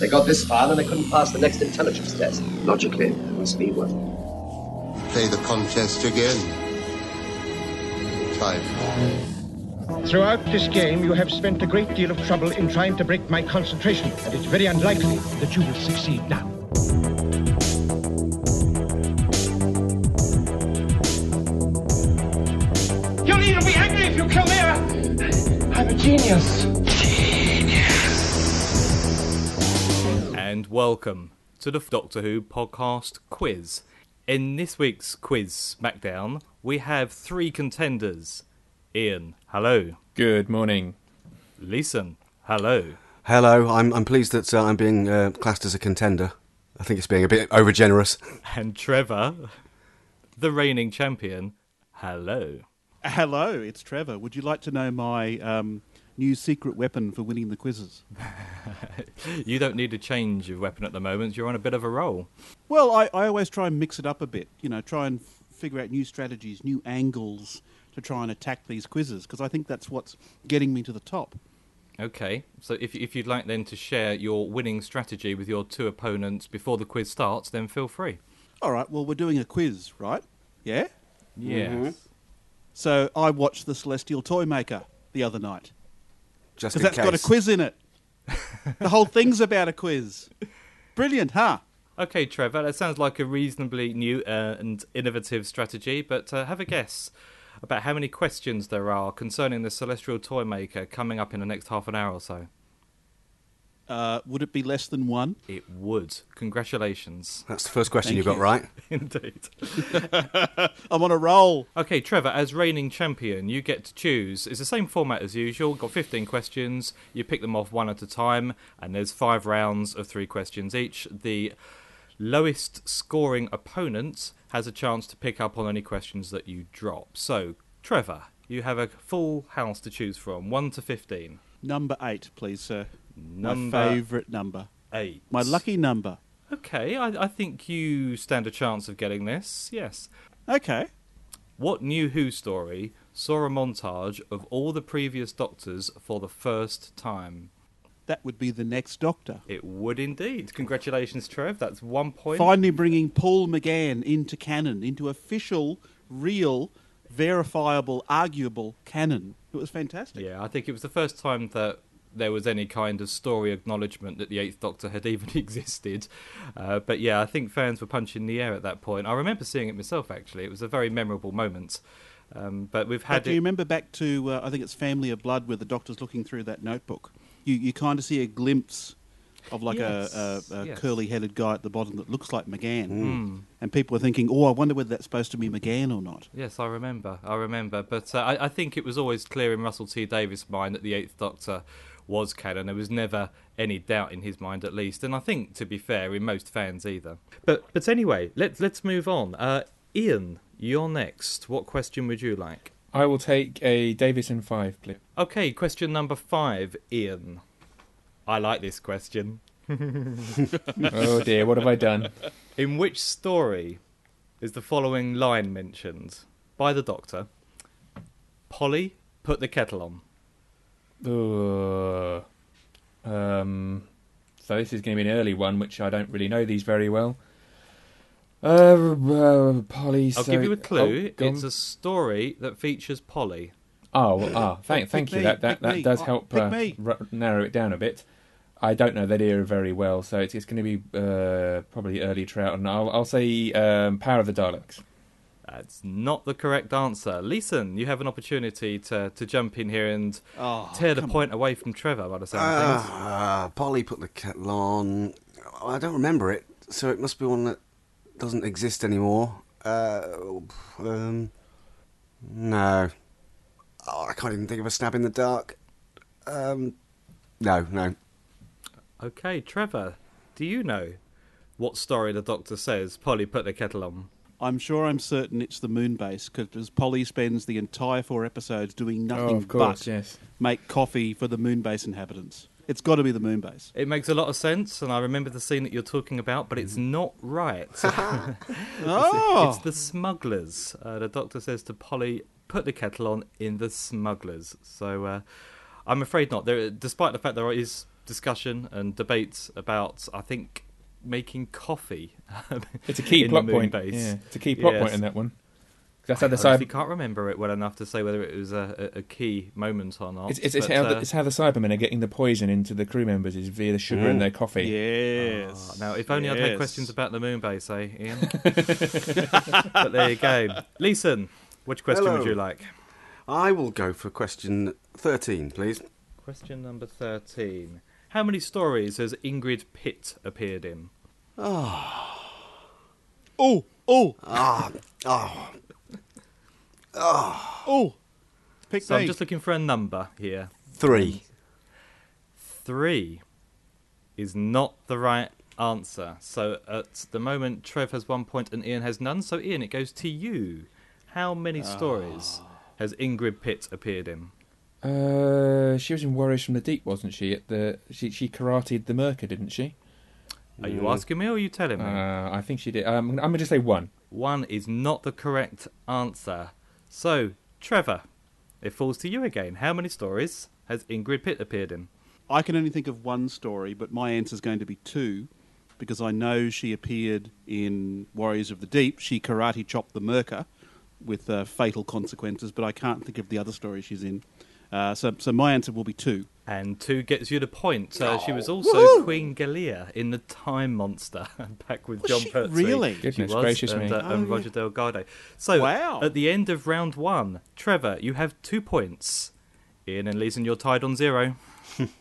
They got this far, then they couldn't pass the next intelligence test. Logically, there must be one. Play the contest again. Time. Throughout this game, you have spent a great deal of trouble in trying to break my concentration, and it's very unlikely that you will succeed now. You'll even be angry if you kill me. I'm a genius. And welcome to the Doctor Who podcast quiz. In this week's quiz SmackDown, we have three contenders Ian, hello. Good morning. Leeson, hello. Hello, I'm, I'm pleased that uh, I'm being uh, classed as a contender. I think it's being a bit overgenerous. And Trevor, the reigning champion, hello. Hello, it's Trevor. Would you like to know my um, new secret weapon for winning the quizzes? You don't need to change your weapon at the moment, you're on a bit of a roll. Well, I, I always try and mix it up a bit, you know, try and f- figure out new strategies, new angles to try and attack these quizzes, because I think that's what's getting me to the top. Okay, so if, if you'd like then to share your winning strategy with your two opponents before the quiz starts, then feel free. All right, well, we're doing a quiz, right? Yeah? Yes. So I watched The Celestial Toy Maker the other night, Just because in that's case. got a quiz in it. the whole thing's about a quiz. Brilliant, huh? Okay, Trevor, that sounds like a reasonably new uh, and innovative strategy, but uh, have a guess about how many questions there are concerning the celestial toy maker coming up in the next half an hour or so. Uh, would it be less than one? It would. Congratulations. That's the first question Thank you got you. right. Indeed. I'm on a roll. Okay, Trevor, as reigning champion, you get to choose. It's the same format as usual. Got 15 questions. You pick them off one at a time, and there's five rounds of three questions each. The lowest scoring opponent has a chance to pick up on any questions that you drop. So, Trevor, you have a full house to choose from 1 to 15. Number eight, please, sir. Number- My favourite number. 8. My lucky number. Okay, I, I think you stand a chance of getting this. Yes. Okay. What new Who story saw a montage of all the previous Doctors for the first time? That would be the next Doctor. It would indeed. Congratulations, Trev. That's one point. Finally bringing Paul McGann into canon, into official, real, verifiable, arguable canon. It was fantastic. Yeah, I think it was the first time that there was any kind of story acknowledgement that the Eighth Doctor had even existed. Uh, but yeah, I think fans were punching the air at that point. I remember seeing it myself, actually. It was a very memorable moment. Um, but we've But had do it. you remember back to, uh, I think it's Family of Blood, where the Doctor's looking through that notebook? You, you kind of see a glimpse of like Yes, a, a, a yes. Hmm. curly headed guy at the bottom that looks like McGann. And people are thinking, oh, I wonder whether that's supposed to be McGann or not. Yes, I remember. I remember. But uh, I, I think it was always clear in Russell T Davis' mind that the Eighth Doctor was canon. There was never any doubt in his mind, at least. And I think, to be fair, in most fans either. But but anyway, let's let's move on. Uh, Ian, you're next. What question would you like? I will take a Davis in five, please. Okay, question number five, Ian. I like this question. Oh dear, what have I done? In which story is the following line mentioned by the Doctor? Polly, put the kettle on. Ugh. Um, so this is going to be an early one, which I don't really know these very well. Uh, uh Polly. I'll so- give you a clue. Oh, go on. it's a story that features Polly. Oh, well, ah, thank, Pick thank you. me, that pick that, me. that does Oh, help pick uh, me. r- narrow it down a bit. I don't know that era very well, so it's, it's going to be uh, probably early Trout, and I'll, I'll say um, Power of the Daleks. That's not the correct answer. Leeson, you have an opportunity to, to jump in here and Oh, tear the point away from Trevor by the sound of things. Ah, Polly put the kettle on. Oh, I don't remember it, so it must be one that doesn't exist anymore. Uh, um, no. Oh, I can't even think of a stab in the dark. Um, no, no. Ah. Okay, Trevor, do you know what story the Doctor says Polly put the kettle on? I'm sure I'm certain it's the moon base because Polly spends the entire four episodes doing Oh, nothing but yes. make coffee for the moon base inhabitants. It's got to be the moon base. It makes a lot of sense, and I remember the scene that you're talking about, but Mm-hmm. it's not right. It's Oh, the smugglers. Uh, the doctor says to Polly, put the kettle on in the smugglers. So uh, I'm afraid not. There, despite the fact there is discussion and debate about, I think, making coffee. It's a key in plot the moon point. base. Yeah, it's a key plot Yes. point in that one. 'Cause That's how the I honestly cyber. can't remember it well enough to say whether it was a, a a key moment or not. It's, it's, it's, but, how uh, the, it's how the Cybermen are getting the poison into the crew members is via the sugar Mm. in their coffee. Yes. Ah, now, if only I'd yes. had questions about the moon base, eh, Ian? but there you go. Leeson, which question Hello. would you like? I will go for question 13, please. Question number 13. How many stories has Ingrid Pitt appeared in? Ah. Oh, oh, Oh, pick So I'm me. just looking for a number here. Three. Three is not the right answer. So at the moment, Trev has one point and Ian has none. So, Ian, it goes to you. How many stories has Ingrid Pitt appeared in? Uh, she was in Warriors from the Deep, wasn't she? At the she she karateed the Merca, didn't she? Are you asking me or are you telling me? Uh, I think she did. Um, I'm going to say one. One is not the correct answer. So, Trevor, it falls to you again. How many stories has Ingrid Pitt appeared in? I can only think of one story, but my answer is going to be two, because I know she appeared in Warriors of the Deep. She karate chopped the Merca with uh, fatal consequences, but I can't think of the other story she's in. Uh, so, so my answer will be two. And two gets you the point. Uh, she was also Queen Galia in The Time Monster, back with John she Pertwee. really? Oh, Goodness she was, gracious and, me. uh, and Roger Delgado. So, Wow. at the end of round one, Trevor, you have two points. Ian and Leeson, you're tied on zero.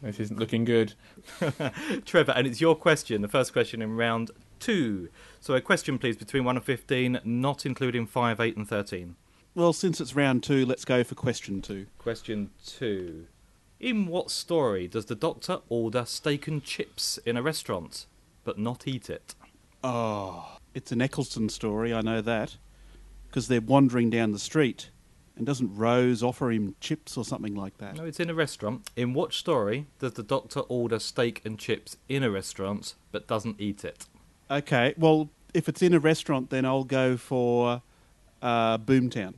This isn't looking good. Trevor, and it's your question, the first question in round two. So, a question, please, between 1 and 15, not including 5, 8, and 13. Well, since it's round two, let's go for question two. Question two. In what story does the doctor order steak and chips in a restaurant, but not eat it? It's an Eccleston story, I know that, because they're wandering down the street, and doesn't Rose offer him chips or something like that? No, it's in a restaurant. In what story does the doctor order steak and chips in a restaurant, but doesn't eat it? Okay, well, if it's in a restaurant, then I'll go for uh, Boomtown.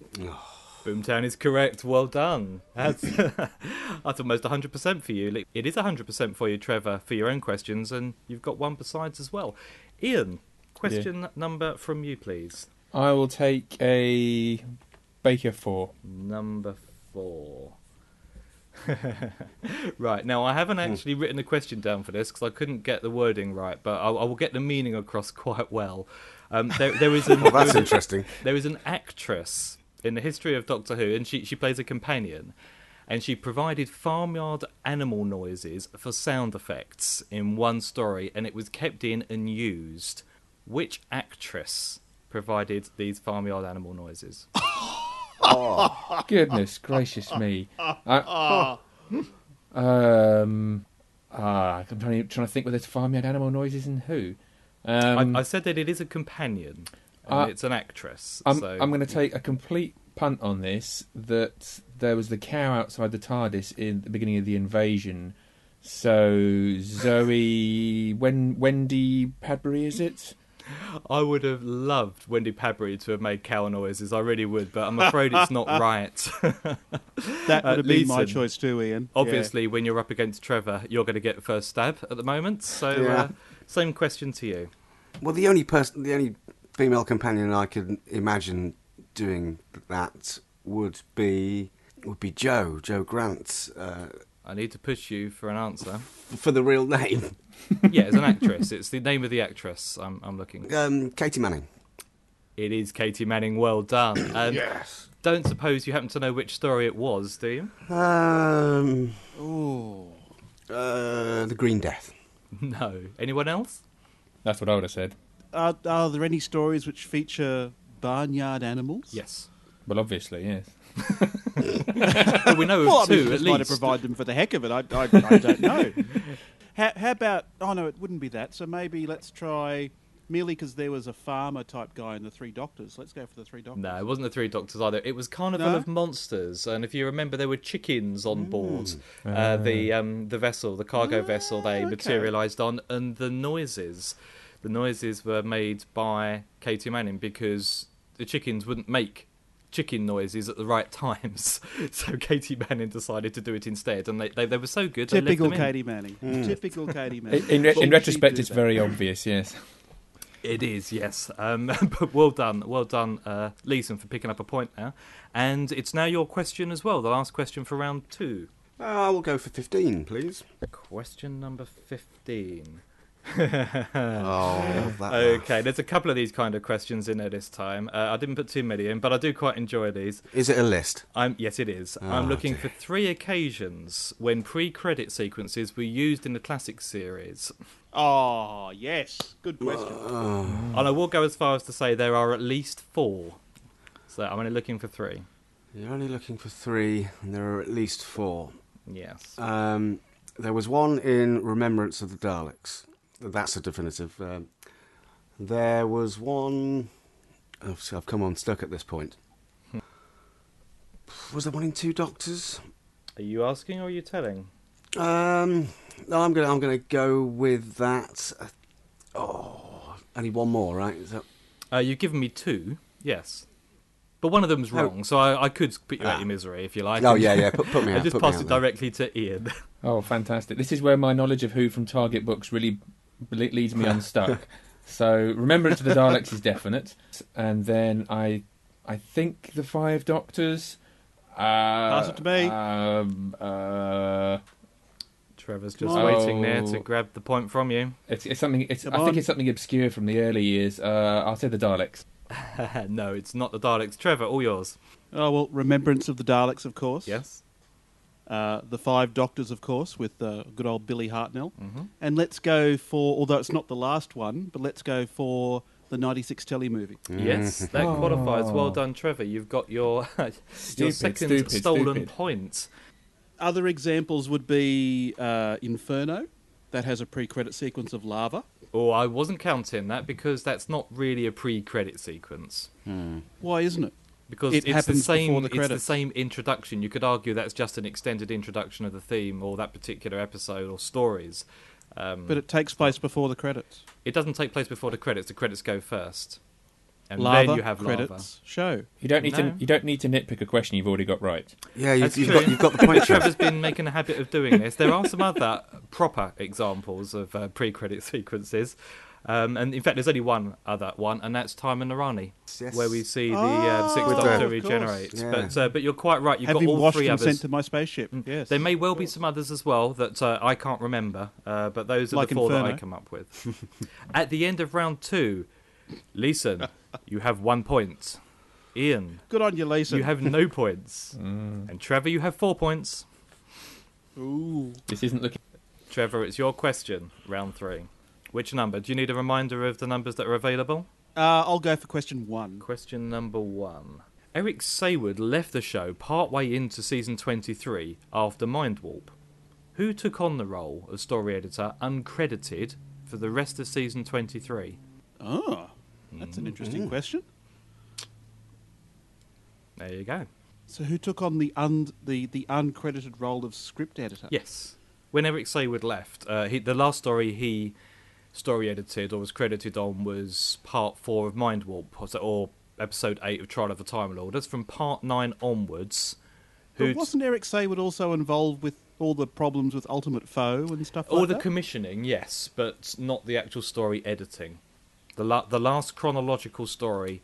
Boomtown is correct. Well done. That's, that's almost 100% for you. It is 100% for you, Trevor, for your own questions, and you've got one besides as well. Ian, question number from you, please. I will take a Baker four. Number four. right, now I haven't Hmm. actually written a question down for this because I couldn't get the wording right, but I, I will get the meaning across quite well. Um, there, there is an, Well, that's there is a- interesting. there is an actress in the history of Doctor Who, and she, she plays a companion, and she provided farmyard animal noises for sound effects in one story, and it was kept in and used. Which actress provided these farmyard animal noises? Goodness gracious me. I, um, ah, I'm trying, trying to think whether it's farmyard animal noises and who. Um, I, I, I said that it is a companion, and I- it's an actress. am so I'm going to take a complete punt on this that there was the cow outside the TARDIS in the beginning of the invasion. So Zoe, when Wendy Padbury is it? I would have loved Wendy Padbury to have made cow noises. I really would, but I'm afraid it's not right. That would have been my Leeson. choice too, Ian. Yeah. Obviously, when you're up against Trevor, you're going to get first stab at the moment. So, Yeah. uh, same question to you. Well, the only person, the only female companion I could imagine doing that would be would be Joe, Joe Grant, uh, I need to push you for an answer. for the real name, yeah, it's an actress. It's the name of the actress I'm, I'm looking. um, Katie Manning. It is Katie Manning. Well done. And Yes. Don't suppose you happen to know which story it was, do you? Um. Ooh. Uh, the Green Death. No. Anyone else? That's what I would have said. Are, are there any stories which feature barnyard animals? Yes. Well, obviously, yes. Well, we know of Well, I mean, two you at just might have least. provide them for the heck of it. I, I, I don't know. how, how about? Oh no, it wouldn't be that. So maybe let's try merely because there was a farmer type guy in the Three Doctors. Let's go for the Three Doctors. No, it wasn't the Three Doctors either. It was Carnival No? Mm. of Monsters, and if you remember, there were chickens on board uh, the um, the vessel, the cargo Ah, vessel they materialised on, and the noises, the noises were made by Katie Manning because the chickens wouldn't make chicken noises at the right times. So Katie Manning decided to do it instead, and they they, they were so good. they left Typical them in. Katie Manning. Hmm. Typical Katie Manning. In, in, re- She'd in retrospect, do it's that. very obvious. Yes. It is, yes. Um, but well done, well done, uh, Leeson, for picking up a point now. And it's now your question as well, the last question for round two. Uh, I will go for 15, please. Question number 15. Oh, that Okay, there's a couple of these kind of questions in there this time. Uh, I didn't put too many in, but I do quite enjoy these. Is it a list? I'm yes, it is. I'm looking for three occasions when pre-credit sequences were used in the classic series, Oh, yes. Good question. and I will go as far as to say there are at least four. So I'm only looking for three. You're only looking for three, and there are at least four. Yes. Um, there was one in Remembrance of the Daleks. That's a definitive. Um, there was one. Oh, so I've come on stuck at this point. Was there one in Two Doctors? Are you asking or are you telling? Um, no, I'm gonna I'm gonna go with that. Uh, Oh, I need one more, right? Is that Uh, you've given me two, yes. But one of them's wrong, so I, I could put you out Ah. your misery if you like. Oh, yeah, yeah, put- put me I out, just put me passed out it there. directly to Ian. Oh, fantastic! This is where my knowledge of Who from Target books really le- leads me unstuck. so, Remembrance of the Daleks is definite, and then I, I think the Five Doctors. Uh, Pass it to me. Um, uh, Trevor's just on. waiting there to Oh. grab the point from you. it's, it's something. It's, Come I think on. it's something obscure from the early years. Uh, I'll say the Daleks. no, it's not the Daleks. Trevor, all yours. Oh, well, Remembrance of the Daleks, of course. Yes. Uh, the Five Doctors, of course, with uh, good old Billy Hartnell. Mm-hmm. And let's go for, although it's not the last one, but let's go for the 96 telly movie. Yes, that qualifies. Well done, Trevor. You've got your, your Stupid, second stupid, stolen stupid. point. Other examples would be uh, Inferno, that has a pre credit sequence of lava. Oh, I wasn't counting that because that's not really a pre-credit sequence. Why isn't it? because It it's the happens before same the it's the credits. same introduction you could argue that's just an extended introduction of the theme or that particular episode or stories um, But it takes place before the credits. it doesn't take place before the credits the credits go first and lava, then you have credits, lava show. You don't need No. to. You don't need to nitpick a question you've already got right. yeah? You've, That's you've true. got you've got the point. Trev. Trevor's been making a habit of doing this. There are some other proper examples of uh, pre-credit sequences, um, and in fact, there's only one other one, and that's Time in the Rani, Yes. where we see the uh, Sixth With the- Doctor of course. regenerate. Yeah. But uh, but you're quite right. You've Have got been all washed three and others. sent to my spaceship. Yes. There may well be some others as well that uh, I can't remember, uh, but those are Like the four that I Inferno. come up with. At the end of round two, Leeson, you have one point. Ian, Good on you, Lisa. you have no points. Mm. And Trevor, you have four points. Ooh. This isn't looking. Trevor, it's your question, round three. Which number? Do you need a reminder of the numbers that are available? Uh, I'll go for question one. Question number one. Eric Sayward left the show partway into season 23 after Mind Warp. Who took on the role of story editor uncredited for the rest of season 23? Oh, that's Mm-hmm. an interesting question. There you go. So, who took on the un- the the uncredited role of script editor? Yes. When Eric Sayward left, uh, he, the last story he story edited or was credited on was part four of Mind Warp, or, or episode eight of Trial of the Time Lord. That's from part nine onwards. But who'd- wasn't Eric Sayward also involved with all the problems with Ultimate Foe and stuff Or like the that? commissioning, yes, but not the actual story editing. The la- the last chronological story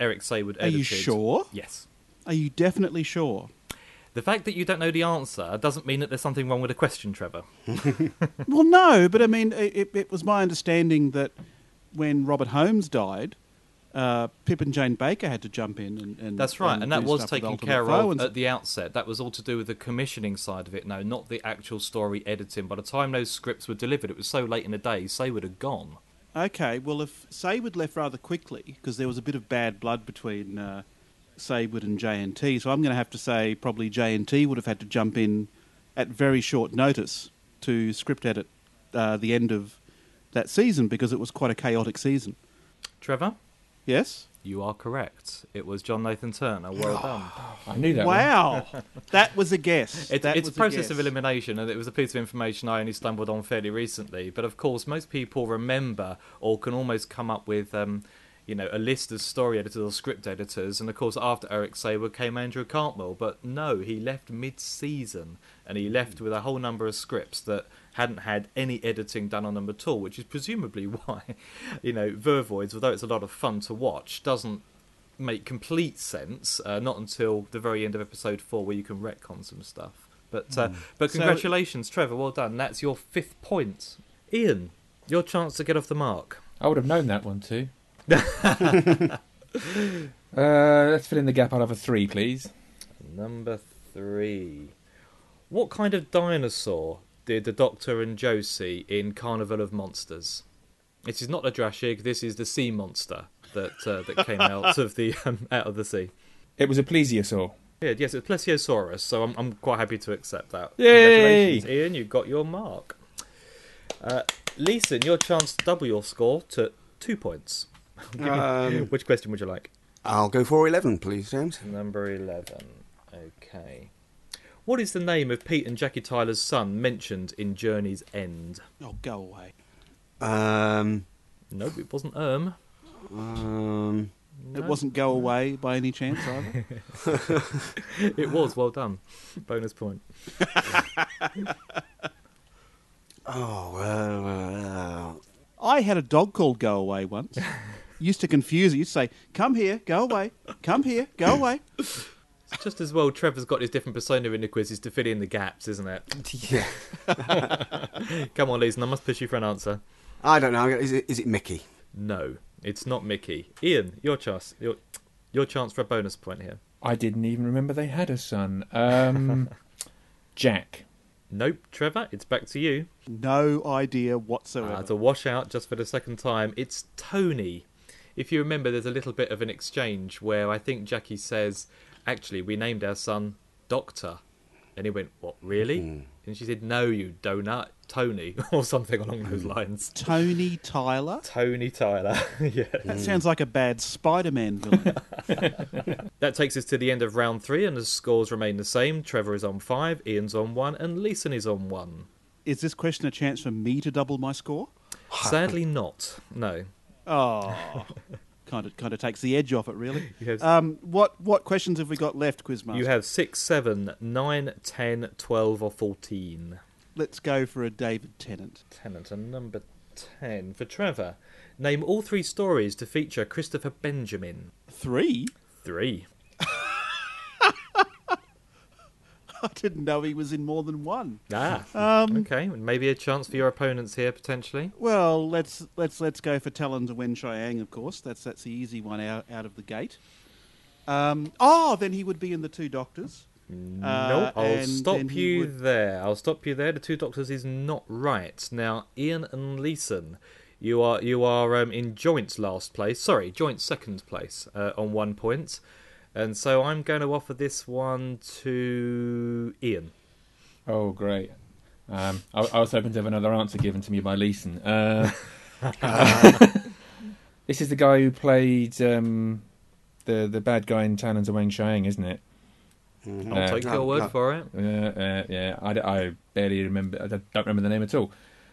Eric Sayward Are edited. you sure? Yes. Are you definitely sure? The fact that you don't know the answer doesn't mean that there's something wrong with the question, Trevor. well, no, but I mean, it, it, it was my understanding that when Robert Holmes died, uh, Pip and Jane Baker had to jump in and. and That's right, and that do was stuff with taken Ultimate care Foe of and- at the outset. That was all to do with the commissioning side of it, no, not the actual story editing. By the time those scripts were delivered, it was so late in the day, Sayward had gone. Okay, well, if Sayward left rather quickly, because there was a bit of bad blood between uh, Sayward and J&T, so I'm going to have to say probably J&T would have had to jump in at very short notice to script edit uh, the end of that season, because it was quite a chaotic season. Trevor, Yes? you are correct. It was John Nathan Turner. Ah. Well done. I knew that. one. Wow! that was a guess. It, That it's a was process guess. of elimination, and it was a piece of information I only stumbled on fairly recently. But of course, most people remember or can almost come up with um, you know, a list of story editors or script editors. And of course, after Eric Saber came Andrew Cartwell. But no, he left mid season and he Hmm. left with a whole number of scripts that hadn't had any editing done on them at all, which is presumably why, you know, Vervoids, although it's a lot of fun to watch, doesn't make complete sense. Uh, not until the very end of episode four, where you can retcon some stuff. But uh, but So- congratulations, Trevor. Well done. That's your fifth point. Ian, your chance to get off the mark. I would have known that one too. uh, let's fill in the gap. I'll have a three, please. Number three. What kind of dinosaur did the Doctor and Joe see in Carnival of Monsters? This is not a Drashig. This is the sea monster that uh, that came out of the um, out of the sea. It was a plesiosaur. Yeah, yes, it's Plesiosaurus, so I'm, I'm quite happy to accept that. Yay! Congratulations, Ian, you got your mark. Uh, Leeson, your chance to double your score to two points. Which question would you like? I'll go for 11, please, James. Number 11. Okay. What is the name of Pete and Jackie Tyler's son mentioned in Journey's End? Oh, go away. Um, Nope, it wasn't Erm. um, It wasn't go away by any chance either. It was, well done. Bonus point. oh, uh, I had a dog called Go Away once. Used to confuse it. You'd say, "Come here, go away. Come here, go away." It's just as well Trevor's got his different persona in the quizzes to fill in the gaps, isn't it? yeah. Come on, Leeson, I must push you for an answer. I don't know. Is it, is it Mickey? No, it's not Mickey. Ian, your chance. Your, your chance for a bonus point here. I didn't even remember they had a son. Um, Jack. Nope, Trevor, it's back to you. No idea Uh, whatsoever. to wash out just for the second time, it's Tony. If you remember, there's a little bit of an exchange where I think Jackie says, Actually, we named our son Doctor. And he went, What, really? And she said, No, you donut, Tony, or something along those lines. Tony Tyler. Tony Tyler. yeah. That sounds like a bad Spider-Man villain. That takes us to the end of round three, and the scores remain the same. Trevor is on five, Ian's on one, and Leeson is on one. Is this question a chance for me to double my score? Sadly, not. No. Oh, kind of kind of takes the edge off it, really. You have- Um, what what questions have we got left, Quizmaster? You have six, seven, nine, ten, twelve, or 14. Let's go for a David Tennant. Tennant and number 10 for Trevor. Name all three stories to feature Christopher Benjamin. Three. Three. I didn't know he was in more than one. Ah. Um, okay, and maybe a chance for your opponents here potentially. Well, let's let's let's go for Talons of Wen Chiang, of course. That's that's the easy one out, out of the gate. Um, oh, then he would be in the Two Doctors. nope. I'll Uh, and then stop he you would- there. I'll stop you there. The two doctors is not right. Now, Ian and Leeson, you are you are um, in joint last place. Sorry, joint second place uh, on one point, and so I'm going to offer this one to Ian. Oh, great. Um, I, I was hoping to have another answer given to me by Leeson. Uh, this is the guy who played um, the the bad guy in Talons of Wang Shang, isn't it? I'll Uh, take your no, word no. for it. Uh, uh, yeah, I, d- I barely remember. I d- don't remember the name at all.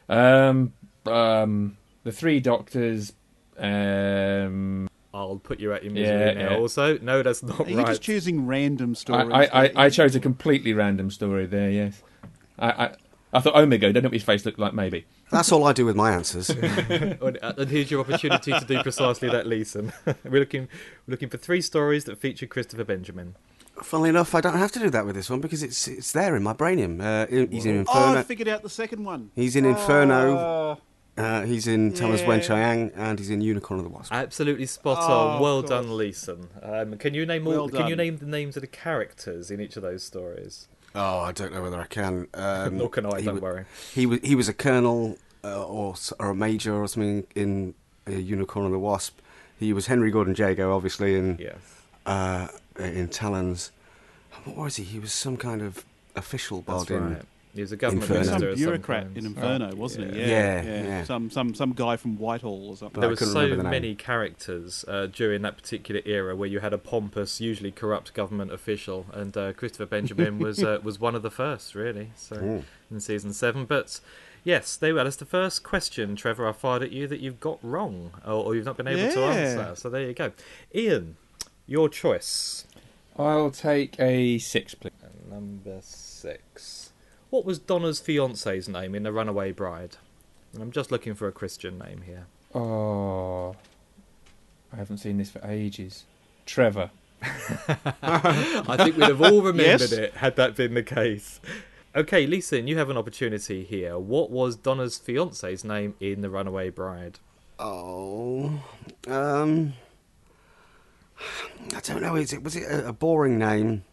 Um, um, the three doctors. Um, I'll put you out your misery Yeah, now. yeah. Also, no, that's not Are you right. just choosing random I, stories? I, I, there? I chose a completely random story there. Yes, I I, I thought Omega. Don't know what his face looked like. Maybe. That's all I do with my answers. and and here's your opportunity to do precisely that, Leeson. we're looking, we're looking for three stories that feature Christopher Benjamin. Funnily enough, I don't have to do that with this one because it's it's there in my brainium. Uh, he's in Oh, I Inferno. figured out the second one. he's in Inferno. Oh, Ah. Uh, he's in Thomas yeah. Wen Chiang, and he's in Unicorn of the Wasp. Absolutely spot Oh, on. of Well course. done, Leeson. Um, can you name all? Well can you done. name the names of the characters in each of those stories? Oh, I don't know whether I can. Um, Nor can I. he Don't wa- worry. He was he was a colonel uh, or s- or a major or something in uh, Unicorn and the Wasp. He was Henry Gordon Jago, obviously, in Yes. uh, in Talons. What was he? He was some kind of official That's bod in. right. He was a government Inferno. minister. some at bureaucrat some Oh, in point. Inferno, wasn't he? Yeah, yeah. Some some some guy from Whitehall or something. But there I were couldn't so remember the name. many characters uh, during that particular era where you had a pompous, usually corrupt government official, and uh, Christopher Benjamin was uh, was one of the first, really. So in season seven, but Yes, they were. That's the first question, Trevor, I fired at you that you've got wrong or, or you've not been able to Yeah. answer. So there you go. Ian, your choice. I'll take a six, please. Number six. What was Donna's fiance's name in The Runaway Bride? And I'm just looking for a Christian name here. Oh, I haven't seen this for ages. Trevor. I think we'd have all remembered Yes. it had that been the case. Okay, Lisa, you have an opportunity here. What was Donna's fiance's name in The Runaway Bride? Oh, um, I don't know. Is it was it a, a boring name?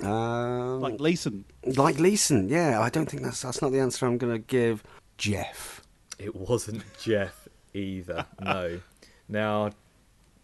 Um, Like like, Leeson. Leeson, yeah. I don't think that's that's not the answer I'm going to give. Jeff. It wasn't Jeff either. No. Now,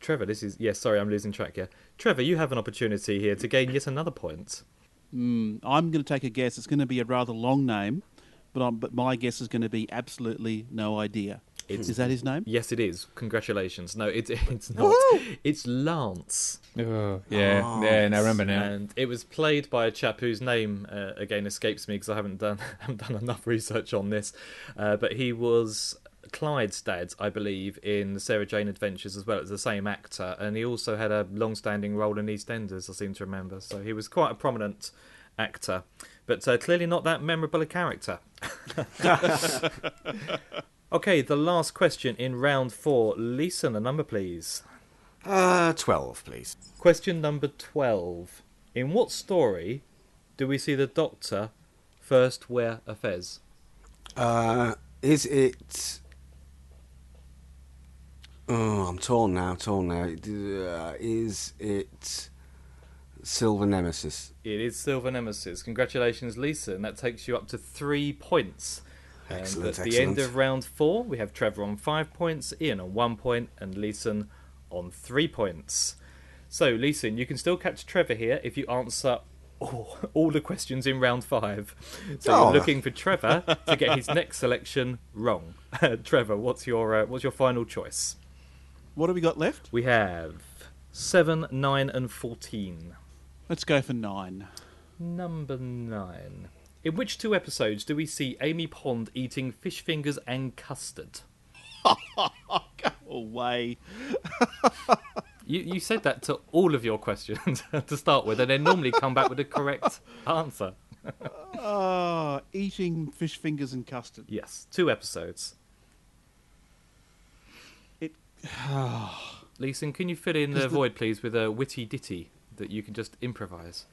Trevor, this is. Yes, sorry, I'm losing track here. Trevor, you have an opportunity here to gain yet another point. Mm, I'm going to take a guess. It's going to be a rather long name, but i but my guess is going to be absolutely no idea. is that his name? Yes, it is. Congratulations. No, it, it's not. It's Lance. Oh, yeah, yeah. Now remember now. And it was played by a chap whose name uh, again escapes me because I haven't done haven't done enough research on this, uh, but he was Clyde's dad, I believe, in the Sarah Jane Adventures as well. It was the same actor, and he also had a long-standing role in EastEnders, I seem to remember. So he was quite a prominent actor, but uh, clearly not that memorable a character. okay, the last question in round four. Lisa, a number, please. Uh, twelve, please. Question number 12. In what story do we see the Doctor first wear a fez? Uh, is it? Oh, I'm torn now. Torn now. Uh, is it Silver Nemesis? It is Silver Nemesis. Congratulations, Lisa, and that takes you up to three points. And Excellent, at the end excellent. of round four, we have Trevor on five points, Ian on one point, and Leeson on three points. So, Leeson, you can still catch Trevor here if you answer all, all the questions in round five. So, Oh. you're looking for Trevor to get his next selection wrong. Trevor, what's your uh, what's your final choice? What have we got left? We have seven, nine, and fourteen. Let's go for nine. Number nine. In which two episodes do we see Amy Pond eating fish fingers and custard? Go away. You, you said that to all of your questions to start with, and then normally come back with the correct answer. Ah, eating fish fingers and custard. Yes, two episodes. It- Leeson, can you fill in the void, please, with a witty ditty that you can just improvise?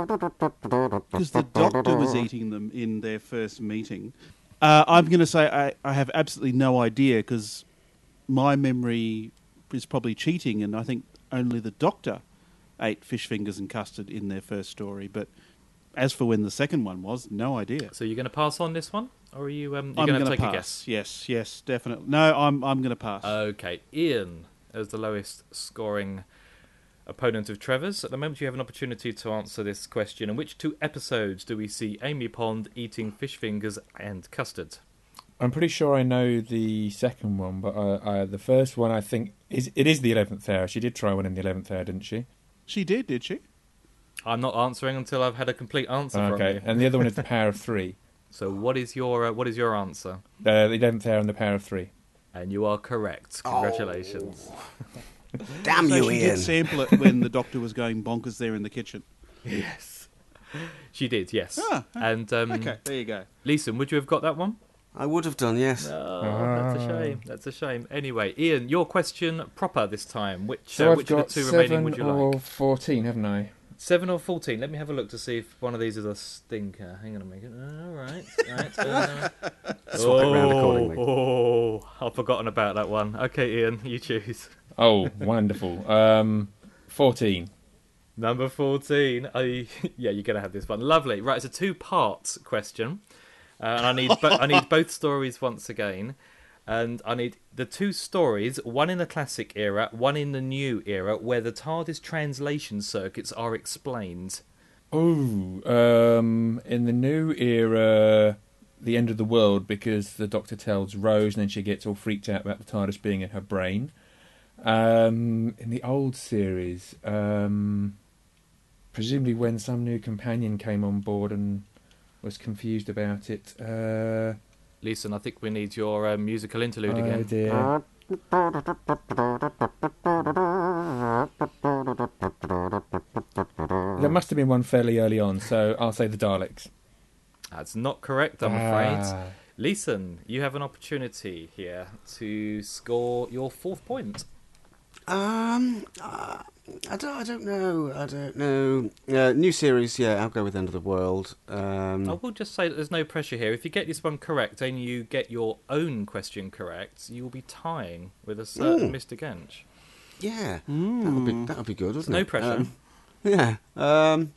Because the doctor was eating them in their first meeting. Uh, I'm going to say I, I have absolutely no idea because my memory is probably cheating, and I think only the doctor ate fish fingers and custard in their first story. But as for when the second one was, no idea. So you're going to pass on this one, or are you? Um, you're I'm going to gonna take pass. a guess. Uh, Yes, yes, definitely. No, I'm I'm going to pass. Okay, Ian as the lowest scoring opponent of Trevor's. At the moment, you have an opportunity to answer this question. In which two episodes do we see Amy Pond eating fish fingers and custard? I'm pretty sure I know the second one, but uh, uh, the first one I think is it is the eleventh hour. She did try one in the eleventh hour, didn't she? she did, did she? I'm not answering until I've had a complete answer from Okay, you. and the other one is the power of three. So, what is your uh, what is your answer? Uh, the eleventh hour and the power of three. And you are correct. Congratulations. Damn So you, she Ian! did sample it when the doctor was going bonkers there in the kitchen. Yes, she did. Yes. Ah, and um, Mm-hmm. Okay, there you go. Leeson, would you have got that one? I would have done, yes. Uh, Oh, that's a shame. That's a shame. Anyway, Ian, your question proper this time. Which So uh, I've which got of the two seven remaining would you like? or fourteen, haven't I? Seven or fourteen? Let me have a look to see if one of these is a stinker. Hang on a minute. Uh, All right. All right. Uh, Swap it round oh, accordingly. Oh, I've forgotten about that one. Okay, Ian, you choose. Oh, wonderful. Um, fourteen. Number fourteen. Are you- yeah, you're gonna have this one. Lovely. Right, it's a two-part question, uh, and I need bo- I need both stories once again, and I need the two stories, one in the classic era, one in the new era, where the TARDIS translation circuits are explained. Oh, um, in the new era, the end of the world because the Doctor tells Rose, and then she gets all freaked out about the TARDIS being in her brain. Um, in the old series, um, presumably when some new companion came on board and was confused about it. Uh, Leeson, I think we need your uh, musical interlude oh again. dear. There must have been one fairly early on, so I'll say the Daleks. That's not correct, I'm Ah. afraid. Leeson, you have an opportunity here to score your fourth point. Um, uh, I don't, I don't know. I don't know. Uh, new series, yeah, I'll go with End of the World. Hmm. Um, I will just say that there's no pressure here. If you get this one correct and you get your own question correct, you will be tying with a certain Mr. Gench. yeah, that would be that would be good, wouldn't no it? pressure. Um, yeah. Um,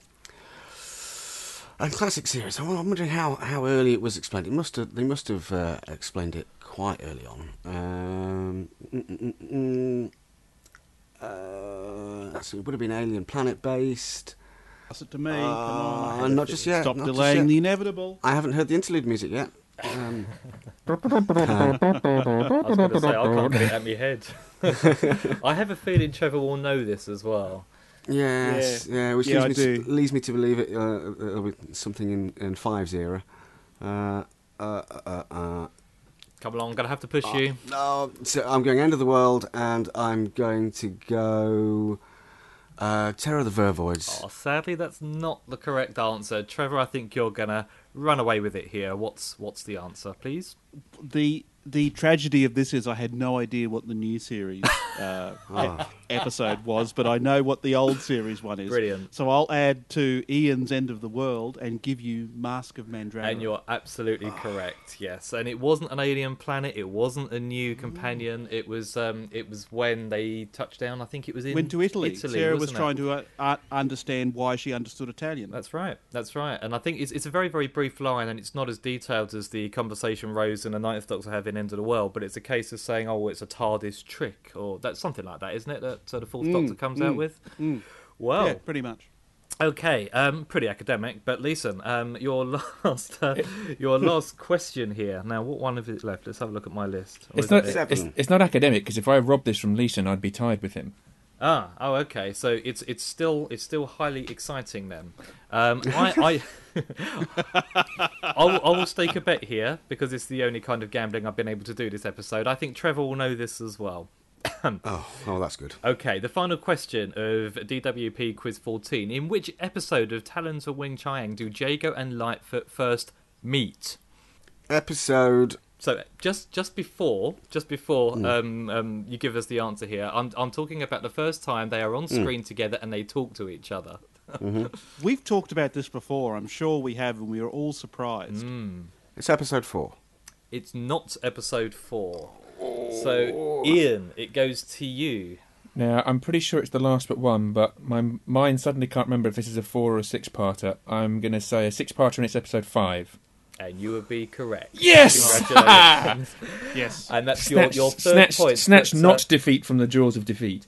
and classic series. I'm I'm wondering how, how early it was explained. It must have, they must have uh, explained it quite early on. Um, mm, mm, mm, mm. Uh, so it would have been Alien Planet based. Pass it to me. Come Uh, on. not just yet. Stop not just delaying yet. the inevitable. I haven't heard the interlude music yet. Um, I was going to say, I can't get it at my head. I have a feeling Trevor will know this as well. yes, yeah, which Yeah, leads, I me to, do. leads me to believe it, uh, it'll be something in, in Fives era. Uh, uh, uh, uh, Come along, I'm going to have to Ah. push you. no, so I'm going End of the World, and I'm going to go uh, Terror of the Vervoids. Oh, sadly, that's not the correct answer. Trevor, I think you're going to run away with it here. What's what's the answer, please? The the tragedy of this is I had no idea what the new series uh, Ah. e- episode was, but I know what the old series one is. Brilliant. So I'll add to Ian's End of the World and give you Mask of Mandragora. And you're absolutely Ah. correct. Yes, and it wasn't an alien planet. It wasn't a Mm. new companion. It was um, it was when they touched down. I think it was in went to Italy. Sarah was wasn't it? trying to uh, uh, understand why she understood Italian. That's right. That's right. And I think it's it's a very very brief line, and it's not as detailed as the conversation Rose and the Ninth Doctor have in End of the World. But it's a case of saying, oh, it's a TARDIS trick, or that's something like that, isn't it? That uh, the Fourth Doctor comes out with. Well, Mm, yeah, pretty much. Okay, um, pretty academic, but listen, um, your last, uh, your last question here. Now, what one of it left? Let's have a look at my list. Or is It's it it? not, it's, it's not academic because if I robbed this from Leeson, I'd be tied with him. Ah, oh, okay. So it's it's still it's still highly exciting then. Um, I I I, will, I will stake a bet here because it's the only kind of gambling I've been able to do this episode. I think Trevor will know this as well. Oh, oh, that's good. Okay, the final question of DWP Quiz 14. In which episode of Talons of Wing Chiang do Jago and Lightfoot first meet? Episode. So just just before just before um, um, you give us the answer here, I'm I'm talking about the first time they are on screen together and they talk to each other. We've talked about this before, I'm sure we have, and we were all surprised. It's episode four. It's not episode four. So Ian, it goes to you. Now, I'm pretty sure it's the last but one, but my mind suddenly can't remember if this is a four or a six parter. I'm going to say a six parter and it's episode five. And you would be correct. Yes! Congratulations. Yes. and that's your, Snatch, your third snatch, point. snatch But, uh, not defeat from the jaws of defeat.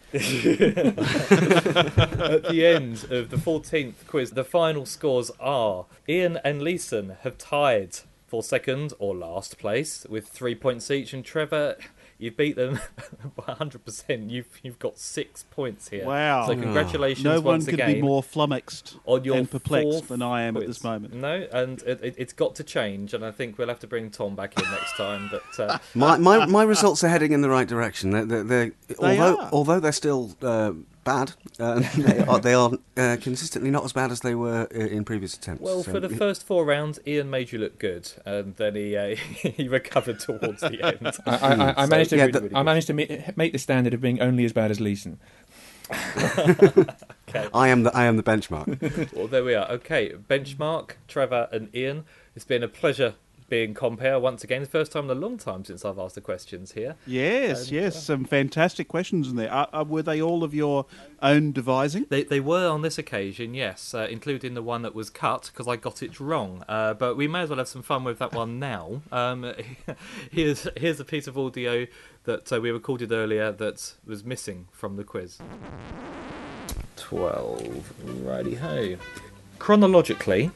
At the end of the 14th quiz, the final scores are Ian and Leeson have tied for second or last place with three points each, and Trevor, you beat them by 100%. You've, you've got six points here. Wow. So, congratulations no one once could again be more flummoxed on your and perplexed fourth than I am quiz. at Mm. this moment. No, and it, it, it's got to change, and I think we'll have to bring Tom back in next time. But uh, My, my, my results are heading in the right direction. They're, they're, they're, although, are. although they're still uh, bad, uh, they are, they are uh, consistently not as bad as they were uh, in previous attempts. Well, So- for the first four rounds, Ian made you look good, and then he uh, he recovered towards the end. I, I, I, I So- managed to, yeah, the- I managed to ma- make the standard of being only as bad as Leeson. I am the I am the benchmark. Well, Oh, there we are. Okay, benchmark, Trevor and Ian. It's been a pleasure being compare once again. The first time in a long time since I've asked the questions here. Yes, yes, uh, some fantastic questions in there. Are, are, were they all of your own devising? They, they were on this occasion, yes, uh, including the one that was cut because I got it wrong. Uh, but we may as well have some fun with that one now. Um, here's here's a piece of audio that uh, we recorded earlier that was missing from the quiz. Twelve, righty ho. Chronologically,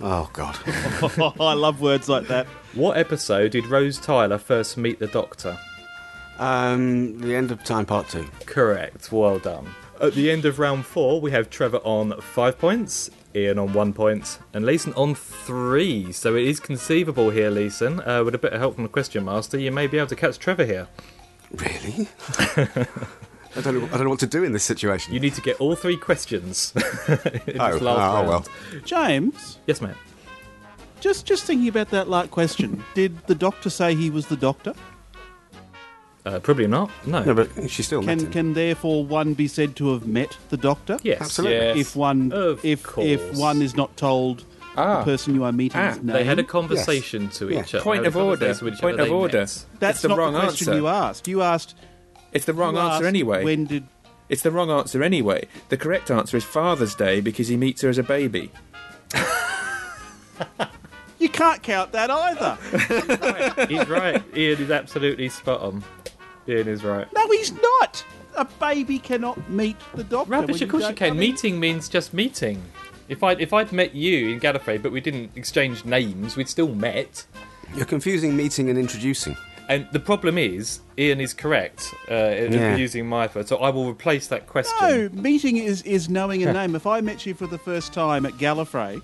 Oh God. I love words like that. what episode did Rose Tyler first meet the Doctor? Um, the end of time part two. Correct. Well done. At the end of round four, we have Trevor on five points, Ian on one point, and Leeson on three. So it is conceivable here, Leeson. Uh, with a bit of help from the question master, you may be able to catch Trevor here. Really? I don't. Know, I don't know what to do in this situation. You need to get all three questions. in this oh, last oh, round. well. James, Yes, mate. just just thinking about that last question. Did the doctor say he was the doctor? Uh, probably not. No. No, but she still met Can him. can therefore one be said to have met the doctor? yes. Absolutely. Yes. If one Of if if course. one is not told Ah. the person you are meeting Ah, is They had a name, conversation to Yeah. each other. Point They had of a order. conversation with each Point other. of They order. met. that's it's the not wrong the question answer. you asked. You asked It's the wrong you answer asked anyway. When did It's the wrong answer anyway. The correct answer is Father's Day because he meets her as a baby. you can't count that either? He's right. Ian is absolutely spot on. Ian is right. no, he's not. A baby cannot meet the doctor. when Rubbish, of course you don't- I can. mean- Meeting means just meeting. If I'd, if I'd met you in Gallifrey, but we didn't exchange names, we'd still met. You're confusing meeting and introducing. And the problem is, Ian is correct uh, in Yeah. using my first, so I will replace that question. No, meeting is, is knowing a name. If I met you for the first time at Gallifrey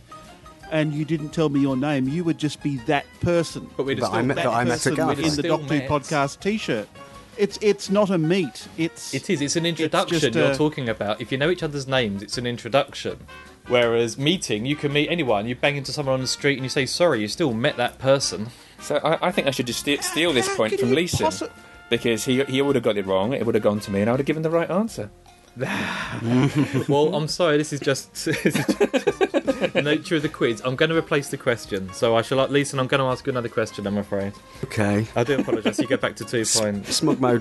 and you didn't tell me your name, you would just be that person. But we'd have But I still met- met. that I met person at Gallifrey. in the Still Doctor met. Who podcast T-shirt. It's it's not a meet. It's It is. It's an introduction just, you're uh, talking about. If you know each other's names, it's an introduction. Whereas meeting, you can meet anyone. You bang into someone on the street and you say sorry. You still met that person. So I, I think I should just steal, steal this How point could from you Leeson possi- because he he would have got it wrong. It would have gone to me, and I would have given the right answer. Well, I'm sorry. This is just, this is just the nature of the quiz. I'm going to replace the question, so I shall at least, and I'm going to ask you another question. I'm afraid. Okay. I do apologise. You go back to two points. Smug mode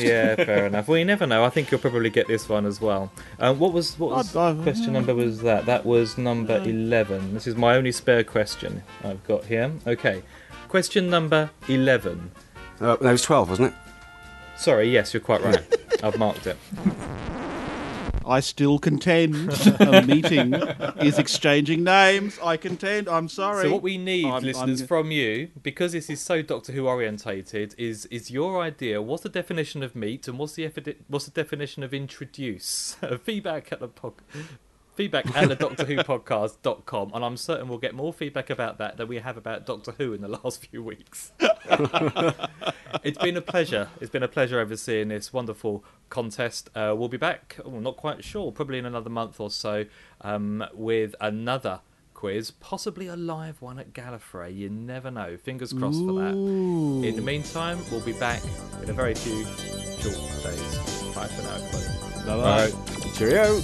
Yeah, fair enough. Well, you never know. I think you'll probably get this one as well. Um, what was what was I- I- question number? Was that that was number eleven? This is my only spare question I've got here. Okay, question number eleven. Uh, that was 12, wasn't it? Sorry, yes, you're quite right. I've marked it. I still contend a meeting is exchanging names. I contend. I'm sorry. So what we need, I'm- listeners, I'm- from you, because this is so Doctor Who orientated, is is your idea. What's the definition of meet, and what's the effi- what's the definition of introduce? feedback at the pod. Feedback at the Doctor Who podcast.com, and I'm certain we'll get more feedback about that than we have about Doctor Who in the last few weeks. it's been a pleasure. It's been a pleasure overseeing this wonderful contest. Uh, we'll be back, oh, not quite sure, probably in another month or so, um, with another quiz, possibly a live one at Gallifrey. You never know. Fingers crossed for that. In the meantime, we'll be back in a very few short days. Bye for now, everybody. Bye. Cheerio.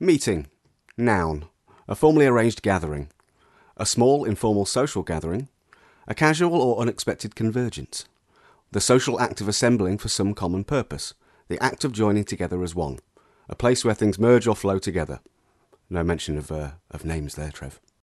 Meeting. Noun. A formally arranged gathering. A small informal social gathering. A casual or unexpected convergence. The social act of assembling for some common purpose. The act of joining together as one. A place where things merge or flow together. No mention of, uh, of names there, Trev.